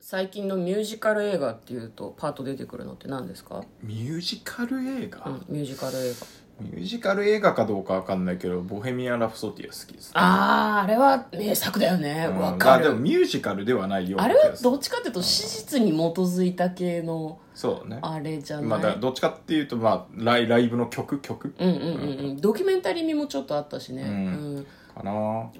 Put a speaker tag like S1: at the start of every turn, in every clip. S1: 最近のミュージカル映画っていうとパッと出てくるのって何ですか、
S2: ミュージカル映
S1: う
S2: 画、
S1: ん、ミュージカル映画
S2: ミュージカル映画かどうかわかんないけど「ボヘミアン・ラプソディ」は好きです
S1: あああれは名作だよね
S2: うん
S1: わ、か
S2: ま
S1: る
S2: あでもミュージカルではないよう
S1: あ
S2: な
S1: れ
S2: 気
S1: は
S2: がする
S1: どっちかっていうと史実に基づいた系の
S2: そうね
S1: あれじゃない、
S2: まあ、だからどっちかっていうと、まあ、ライライブの曲曲
S1: うんうんうんうんドキュメンタリー味もちょっとあったしね、
S2: う
S1: うんん
S2: かな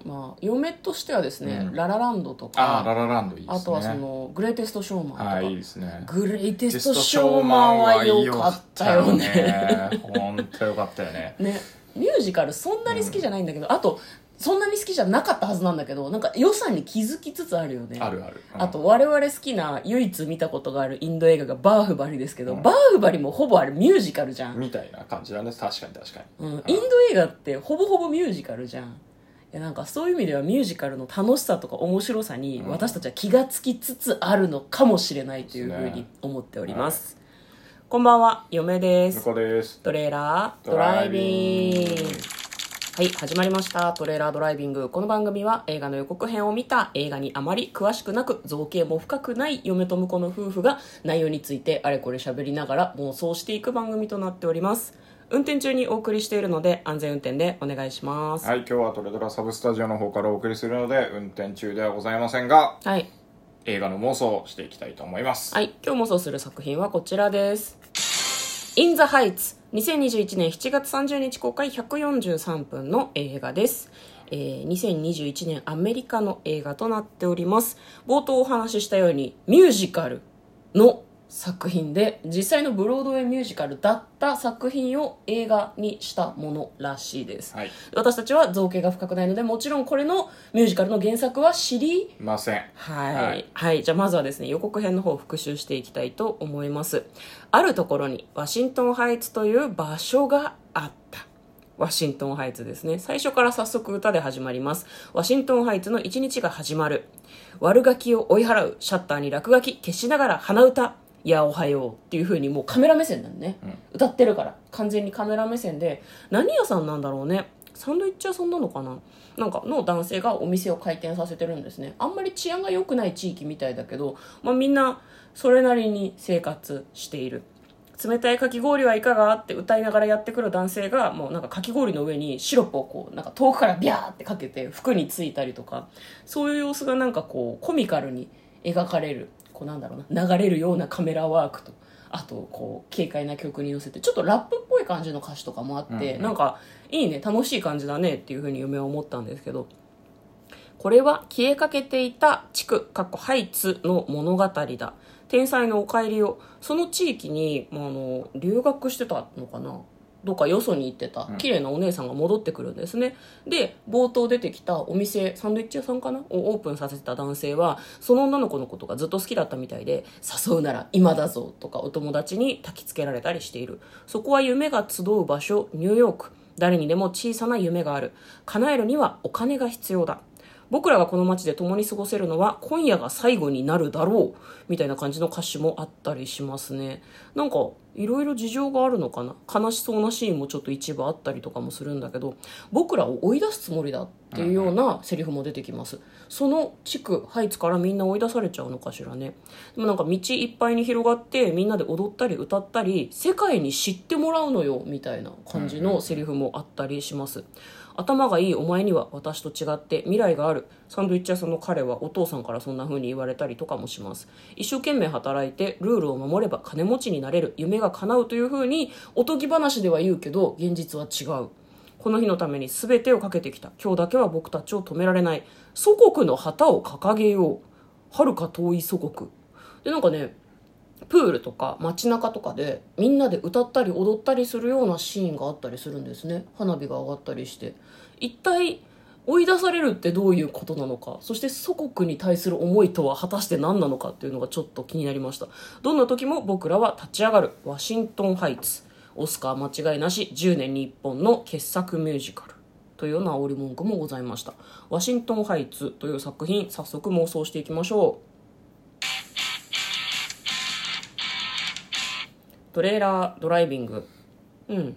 S1: まあ嫁としてはですね、
S2: うん
S1: ララランドとか
S2: ああララランドいいです
S1: あ
S2: ね
S1: とはそのグレイテストショーマンとか、
S2: はいいいですね
S1: グレイテストショーマンは良かったよね
S2: 本当よかったよね
S1: ねミュージカルそんなに好きじゃないんだけど、あとそんなに好きじゃなかったはずなんだけどなんか良さに気づきつつあるよね
S2: あるある、うん
S1: あと我々好きな唯一見たことがあるインド映画がバーフバリですけど、バーフバリもほぼあれミュージカルじゃん、
S2: みたいな感じだね確かに確か
S1: う
S2: に、
S1: ん、イン
S2: あ
S1: ド映画ってほぼほぼミュージカルじゃんいやなんかそういう意味ではミュージカルの楽しさとか面白さに
S2: うん
S1: 私たちは気がつきつつあるのかもしれないというふうに思っておりますこんばんは嫁です
S2: 向こうです
S1: トレーラード
S2: ド
S1: ラ
S2: ラ
S1: イ
S2: イ
S1: ビ
S2: ビ
S1: ン
S2: ン
S1: グ
S2: グ
S1: はい始まりましたトレーラードライビングこの番組は映画の予告編を見た映画にあまり詳しくなく造形も深くない嫁と婿の夫婦が内容についてあれこれ喋りながら妄想していく番組となっております運転中にお送りしているので安全運転でお願いしますは
S2: はい今日はトレドラサブスタジオの方からお送りするので運転中ではございませんが
S1: いはい、
S2: 映画の妄想をしていきたいと思います、
S1: 今日妄想する作品はこちらです「イン・ザ・ハイツ」2021年7月30日公開143分の映画です、えー2021年アメリカの映画となっております冒頭お話ししたようにミュージカルの作品で実際のブロードウェイミュージカルだった作品を映画にしたものらしいです、
S2: はい
S1: 私たちは造形が深くないのでもちろんこれのミュージカルの原作は知り
S2: いません
S1: はい、は
S2: はいい
S1: じゃあまずはですね予告編の方を復習していきたいと思いますあるところにワシントンハイツという場所があったワシントンハイツですね最初から早速歌で始まりますワシントンハイツの一日が始まる悪ガキを追い払うシャッターに落書き消しながら鼻歌いやおはようっていう風にもうカメラ目線だね、歌ってるから完全にカメラ目線で何屋さんなんだろうねサンドイッチ屋さんなのかななんかの男性がお店を開店させてるんですねあんまり治安が良くない地域みたいだけど、まあ、みんなそれなりに生活している冷たいかき氷はいかがって歌いながらやってくる男性がもうなんかかき氷の上にシロップをこうなんか遠くからビャーってかけて服についたりとかそういう様子がなんかこうコミカルに描かれるこうなんだろうな流れるようなカメラワークとあとこう軽快な曲に乗せてちょっとラップっぽい感じの歌詞とかもあって、
S2: うんうん
S1: なんかいいね楽しい感じだねっていうふうに嫁は思ったんですけどこれは消えかけていた地区かっこハイツの物語だ天才のお帰りをその地域に、まあ、あの留学してたのかなどっかよそに行ってた
S2: うん
S1: 綺麗なお姉さんが戻ってくるんですね、で冒頭出てきたお店サンドイッチ屋さんかなをオープンさせてた男性はその女の子のことがずっと好きだったみたいで誘うなら今だぞとかお友達に焚きつけられたりしているそこは夢が集う場所ニューヨーク誰にでも小さな夢がある叶えるにはお金が必要だ僕らがこの街で共に過ごせるのは今夜が最後になるだろうみたいな感じの歌詞もあったりしますねなんかいろいろ事情があるのかな悲しそうなシーンもちょっと一部あったりとかもするんだけど僕らを追い出すつもりだっていうようなセリフも出てきますその地区ハイツからみんな追い出されちゃうのかしらねでもなんか道いっぱいに広がってみんなで踊ったり歌ったり世界に知ってもらうのよみたいな感じのセリフもあったりします頭がいいお前には私と違って未来があるサンドイッチ屋さんの彼はお父さんからそんな風に言われたりとかもします一生懸命働いてルールを守れば金持ちになれる夢が叶うという風におとぎ話では言うけど現実は違うこの日のために全てをかけてきた今日だけは僕たちを止められない祖国の旗を掲げよう遥か遠い祖国でなんかねプールとか街中とかでみんなで歌ったり踊ったりするようなシーンがあったりするんですね花火が上がったりして一体追い出されるってどういうことなのかそして祖国に対する思いとは果たして何なのかっていうのがちょっと気になりましたどんな時も僕らは立ち上がるワシントンハイツオスカー間違いなし10年に1本の傑作ミュージカルというような煽り文句もございましたワシントンハイツという作品早速妄想していきましょうトレーラードライビングうん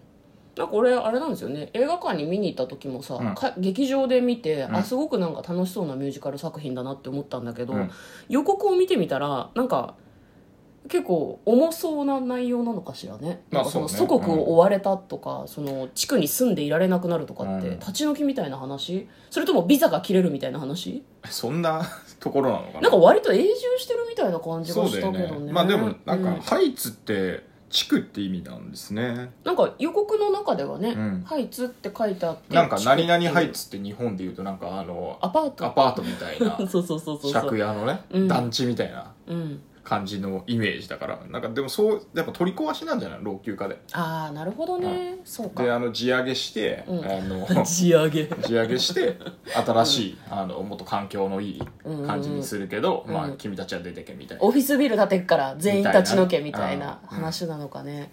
S1: なんか俺あれなんですよね映画館に見に行った時もさ、
S2: うん
S1: か劇場で見て、
S2: う
S1: あ
S2: ん
S1: すごくなんか楽しそうなミュージカル作品だなって思ったんだけど、
S2: うん
S1: 予告を見てみたらなんか結構重そうな内容なのかしらねな
S2: まあ
S1: んかその
S2: そう
S1: 祖
S2: ね
S1: 国を追われたとか、その地区に住んでいられなくなるとかって、
S2: うん
S1: 立ち退きみたいな話それともビザが切れるみたいな話
S2: そんなところなのかな
S1: なんか割と永住してるみたいな感じが
S2: そう
S1: し
S2: だ
S1: た
S2: よ
S1: けど
S2: ね
S1: ね
S2: まあでもなんか、
S1: う
S2: ハイツって地区って意味なんですね
S1: なんか予告の中ではね「
S2: うん
S1: ハイツ」って書いてあって
S2: なんか何々ハ
S1: 地区っていう
S2: イツって日本で言うとなんかあの
S1: アパート
S2: アパートみたいな
S1: そうそうそうそうそう
S2: 借家のね
S1: うん
S2: 団地みたいな
S1: うん、
S2: 感じのイメージだからなんかでもそうやっぱ取り壊しなんじゃない老朽化で
S1: ああなるほどね、そう
S2: で
S1: か
S2: あの地上げして、
S1: うん
S2: あ の
S1: 地上げ
S2: 地上げして新しい、あのもっと環境のいい感じにするけど、
S1: うんうん
S2: まあ
S1: うん
S2: 君たちは出てけみたいな、
S1: オフィスビル建てっから全員立ち退けみ
S2: み
S1: た
S2: た
S1: い
S2: い
S1: な
S2: な
S1: 話なのかね、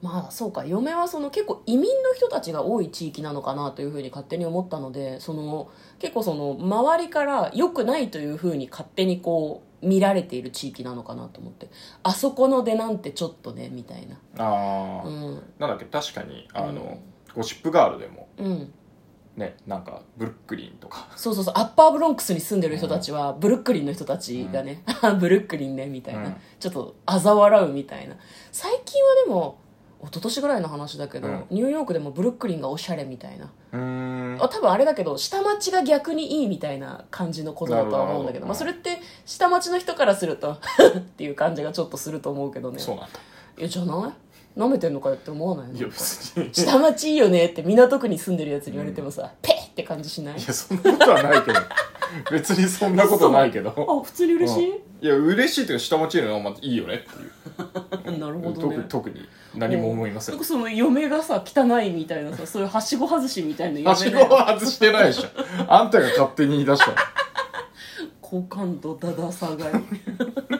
S1: まあそうか嫁はその結構移民の人たちが多い地域なのかなというふうに勝手に思ったのでその結構その周りから良くないというふうに勝手にこう見られている地域なのかなと思ってあそこの出なんてちょっとねみたいな
S2: ああ、
S1: うん
S2: なんだっけ確かにあの、ゴシップガールでも
S1: うん
S2: ねなんかブルックリンとか
S1: そうそうそうアッパーブロンクスに住んでる人たちは、ブルックリンの人たちがね、あ ブルックリンねみたいな、
S2: うん
S1: ちょっと嘲笑うみたいな最近はでも一昨年ぐらいの話だけど、
S2: うん
S1: ニューヨークでもブルックリンがおしゃれみたいな、
S2: うーん
S1: あ多分あれだけど下町が逆にいいみたいな感じのことだとは思うんだけどまあ、
S2: なるほど
S1: それって下町の人からすると っていう感じがちょっとすると思うけどね
S2: そうなんだ
S1: いやじゃない舐めてんのかよって思わないの
S2: いや別にい
S1: 下町いいよねって港区に住んでるやつに言われてもさ、ペッって感じしない
S2: やそんなことはないけど別にそんなことないけど
S1: あ普通に嬉しい、
S2: うんいや嬉しいというか下持ちいいのはまあいいよねってい
S1: うん
S2: う
S1: なるほど
S2: 特
S1: ね
S2: に特に何も思いません
S1: なんかその嫁がさ汚いみたいなさそういうはしご外しみたいな
S2: はし
S1: 嫁
S2: ご
S1: で
S2: は外してないでしょあんたが勝手に言い出したの
S1: 好感度だだ下がり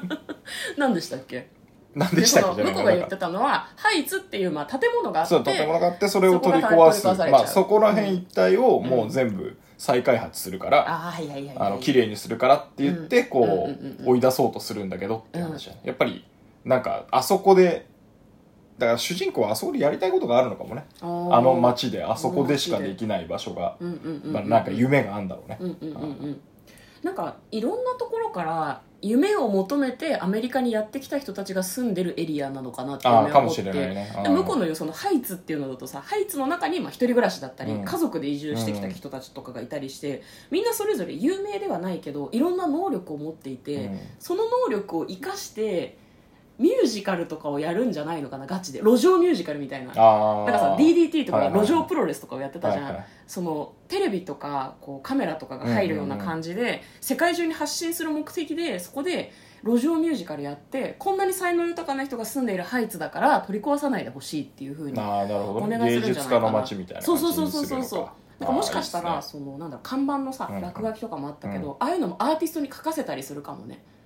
S1: 何でしたっけ
S2: 何でしたっけ
S1: でその向こうが言ってたのはハイツっていう、まあ、建物があって
S2: そう建物があってそれを取り壊す
S1: そこが取り壊されちゃう
S2: まあ、そこら辺一帯をもう全部再開発するから、
S1: ああいやいやいやいや
S2: あの綺麗にするからって言って
S1: うん
S2: こ
S1: うんうんう
S2: うん追い出そうとするんだけどって話だねやっぱりなんかあそこでだから主人公はあそこでやりたいことがあるのかもね
S1: あ
S2: あの
S1: ま
S2: 街であそこでしかできない場所が、
S1: うんうんうん、
S2: まあ、なんか夢があんだろうね
S1: うんうんうんうんなんかいろんなところから夢を求めてアメリカにやってきた人たちが住んでるエリアなのかなって
S2: あ
S1: 思
S2: あ
S1: って
S2: かもしれないね
S1: で向こうの言うそのハイツっていうのだとさハイツの中にまあ一人暮らしだったり、
S2: うん
S1: 家族で移住してきた人たちとかがいたりして、みんなそれぞれ有名ではないけどいろんな能力を持っていて、
S2: うん
S1: その能力を生かしてミュージカルとかをやるんじゃないのかなガチで路上ミュージカルみたいな。なん
S2: ああ
S1: かさ DDT とか
S2: はいはいは
S1: が
S2: い
S1: 路上プロレスとかをやってたじゃん、
S2: はいはい
S1: そのテレビとかこうカメラとかが入るような感じで、世界中に発信する目的でそこで路上ミュージカルやってこんなに才能豊かな人が住んでいるハイツだから取り壊さないでほしいっていうふうに
S2: ああなるほど、
S1: お
S2: ね、
S1: 願い
S2: 芸
S1: するんじゃ
S2: 術
S1: ないかな
S2: 家の街みたいな
S1: そ
S2: 感
S1: う
S2: じ
S1: そう
S2: に
S1: そうそうそう
S2: するのか
S1: なんかもしかした
S2: あ
S1: ら
S2: あいいっすね
S1: そのなんだろう看板のさ
S2: うん
S1: 落書きとかもあったけど、ああいうのもアーティストに書かせたりするかもね、
S2: うん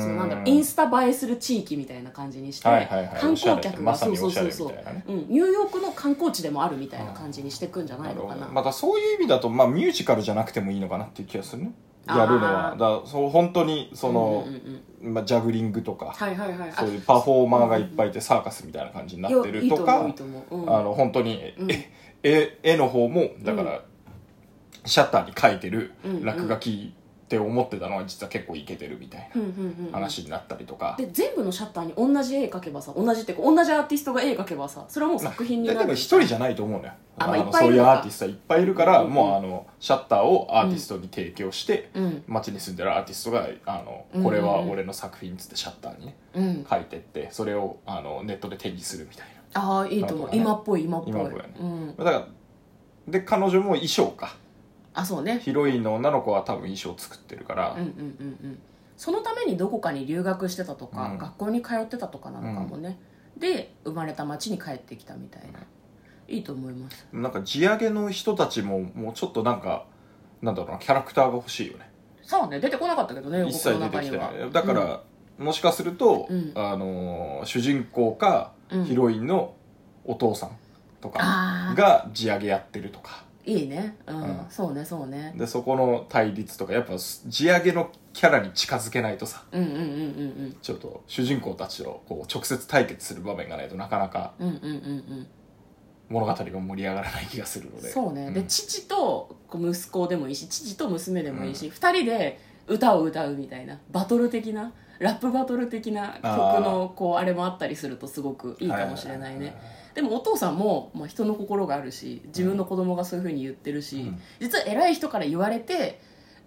S1: そのなんだろうインスタ映えする地域みたいな感じにして、
S2: はいはいはい
S1: 観光客が
S2: おしゃれまさに
S1: そう
S2: おし
S1: そ
S2: ゃ
S1: う
S2: れ
S1: そうそう
S2: みたいなね
S1: うん、ニューヨークの観光地でもあるみたいな感じにしていくんじゃないのかな、
S2: またそういう意味だと、まあ、ミュージカルじゃなくてもいいのかなっていう気がするね
S1: あー
S2: やるのはだからそう本当にその
S1: うん、うんうん
S2: まあ、ジャグリングとか、
S1: はいはいはいあ
S2: そういうパフォーマーがいっぱいいてサーカスみたいな感じになって
S1: いやい
S2: る
S1: い
S2: とか
S1: 思ういいと思う、うん
S2: あの本当に、
S1: うん
S2: え絵絵の方もだから、シャッターに描いてる
S1: うんうん
S2: 落書きって思ってたのは実は結構いけてるみたい
S1: うんうんうんう
S2: なん話になったりとか、
S1: で全部のシャッターに同じ絵描けばさ同じっていうか同じアーティストが絵描けばさそれはもう作品に
S2: いや
S1: な
S2: で
S1: る
S2: も一人じゃないと思うのよ
S1: あまあ
S2: の
S1: いっぱい
S2: そ
S1: いうる
S2: い
S1: の
S2: う
S1: か
S2: アーティストはいっぱいいるから、
S1: うんうん
S2: もうあのシャッターをアーティストに提供して、
S1: うん
S2: 街に住んでるアーティストがあの
S1: うんうんうん
S2: これは俺の作品っつってシャッターにね
S1: うん
S2: 書いてってそれをあのネットで展示するみたい
S1: ああいいと思う、
S2: なんかね
S1: 今っぽい今っぽい
S2: 今っぽいよね
S1: うん、
S2: なだからで彼女も衣装か
S1: あそうね
S2: ヒロインの女の子は多分衣装作ってるから、
S1: うんうんうんうんそのためにどこかに留学してたとか、
S2: うん
S1: 学校に通ってたとかなのかもね、で生まれた町に帰ってきたみたいな、いいと思います
S2: なんか地上げの人たちももうちょっとなんかなんだろうなキャラクターが欲しいよね
S1: さあね出てこなかったけどね予
S2: 一
S1: 告
S2: 切
S1: の
S2: 出て
S1: 中
S2: き
S1: に
S2: て
S1: は
S2: ないだから、もしかすると、
S1: うん
S2: あのー主人公か、
S1: うん
S2: ヒロインのお父さんとか
S1: ああ
S2: が地上げやってるとか
S1: いいね、うん
S2: うん
S1: そうねそうね
S2: でそこの対立とかやっぱ地上げのキャラに近づけないとさ
S1: うんうんうんうん
S2: ちょっと主人公たちとこう直接対決する場面がないとなかなか
S1: うんうんうんうんうん
S2: 物語が盛り上がらない気がするので
S1: そうね、で
S2: ん
S1: 父とこう息子でもいいし父と娘でもいいし、
S2: う
S1: 二人で歌を歌うみたいなバトル的なラップバトル的な曲のこうあれもあったりするとすごくいいかもしれないね、でもお父さんも、まあ、人の心があるし自分の子供がそういうふうに言ってるし、
S2: うん
S1: 実は偉い人から言われて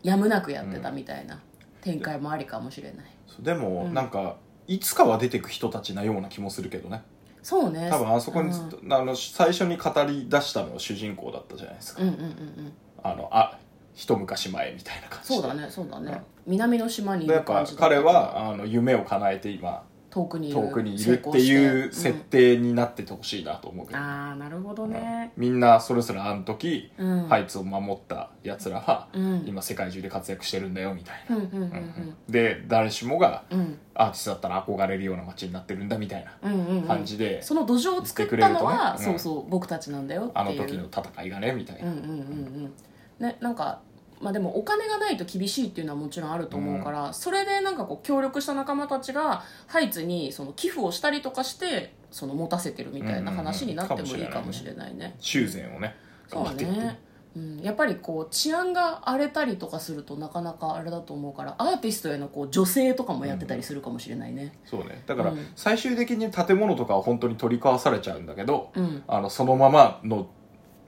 S1: やむなくやってたみたいな展開もありかもしれない
S2: そうでも、
S1: うん
S2: なんかいつかは出てく人たちなような気もするけどね
S1: そうね
S2: 多分あそこに、
S1: うん
S2: あの最初に語り出したのは主人公だったじゃないですか、
S1: うんうんうんうん
S2: あのあ一昔前みたいな感じで
S1: そうだねそうだね、
S2: うん
S1: 南の島にい
S2: でや
S1: る
S2: っぱ
S1: 感じだった
S2: 彼はあの夢を叶えて今
S1: 遠くにいる
S2: 遠くにいるってい
S1: 成
S2: う設
S1: 功して
S2: 定になっててほしいなと思うけ
S1: うん
S2: ど、
S1: ああなるほど
S2: うん
S1: ね
S2: みんなそれぞれあの時、
S1: うん
S2: ハイツを守ったやつらは、
S1: うん
S2: 今世界中で活躍してるんだよみたい
S1: うんうんうんう
S2: な、うん
S1: ん
S2: で誰しもが
S1: うん
S2: アーティストだったら憧れるような街になってるんだみたいな
S1: うんうんうん
S2: 感じで、
S1: その土壌を作ったのは、
S2: 言ってくれるとね
S1: そ
S2: うん
S1: うそう僕たちなんだよっていう
S2: あの時の戦いがねみたいな、
S1: うんうんうんうんねなんかまあでもお金がないと厳しいっていうのはもちろんあると思うから、それでなんかこう協力した仲間たちがハイツにその寄付をしたりとかしてその持たせてるみたいな話になってもいいかもしれないね。
S2: 修繕をね
S1: そうだ
S2: 頑張ってやってる
S1: ね、うん、やっぱりこう治安が荒れたりとかするとなかなかあれだと思うからアーティストへのこう女性とかもやってたりするかもしれないね
S2: そうねだから
S1: うん
S2: 最終的に建物とかは本当に取り壊されちゃうんだけど、
S1: うん
S2: あのそのままの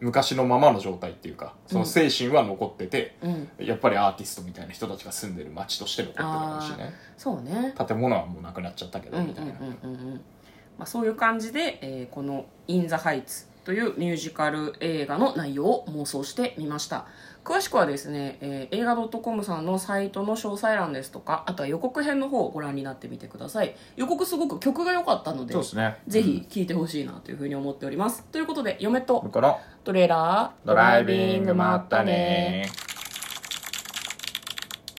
S2: 昔のままの状態っていうかその精神は残ってて、
S1: うん、
S2: やっぱりアーティストみたいな人たちが住んでる街として残ってたかもしれない
S1: そうね
S2: 建物はもうなくなっちゃったけ
S1: う
S2: ど
S1: んうん
S2: みたいな、
S1: うんうんうんまあ、そういう感じで、えーこの「イン・ザ・ハイツ」というミュージカル映画の内容を妄想してみました詳しくはですね、えー、映画 .com さんのサイトの詳細欄ですとかあとは予告編の方をご覧になってみてください予告すごく曲が良かったので
S2: ね
S1: ぜひ聴いてほしいなというふうに思っております。ということで、嫁
S2: うん
S1: と
S2: だから
S1: トレーラー、
S2: ドライビングまったねー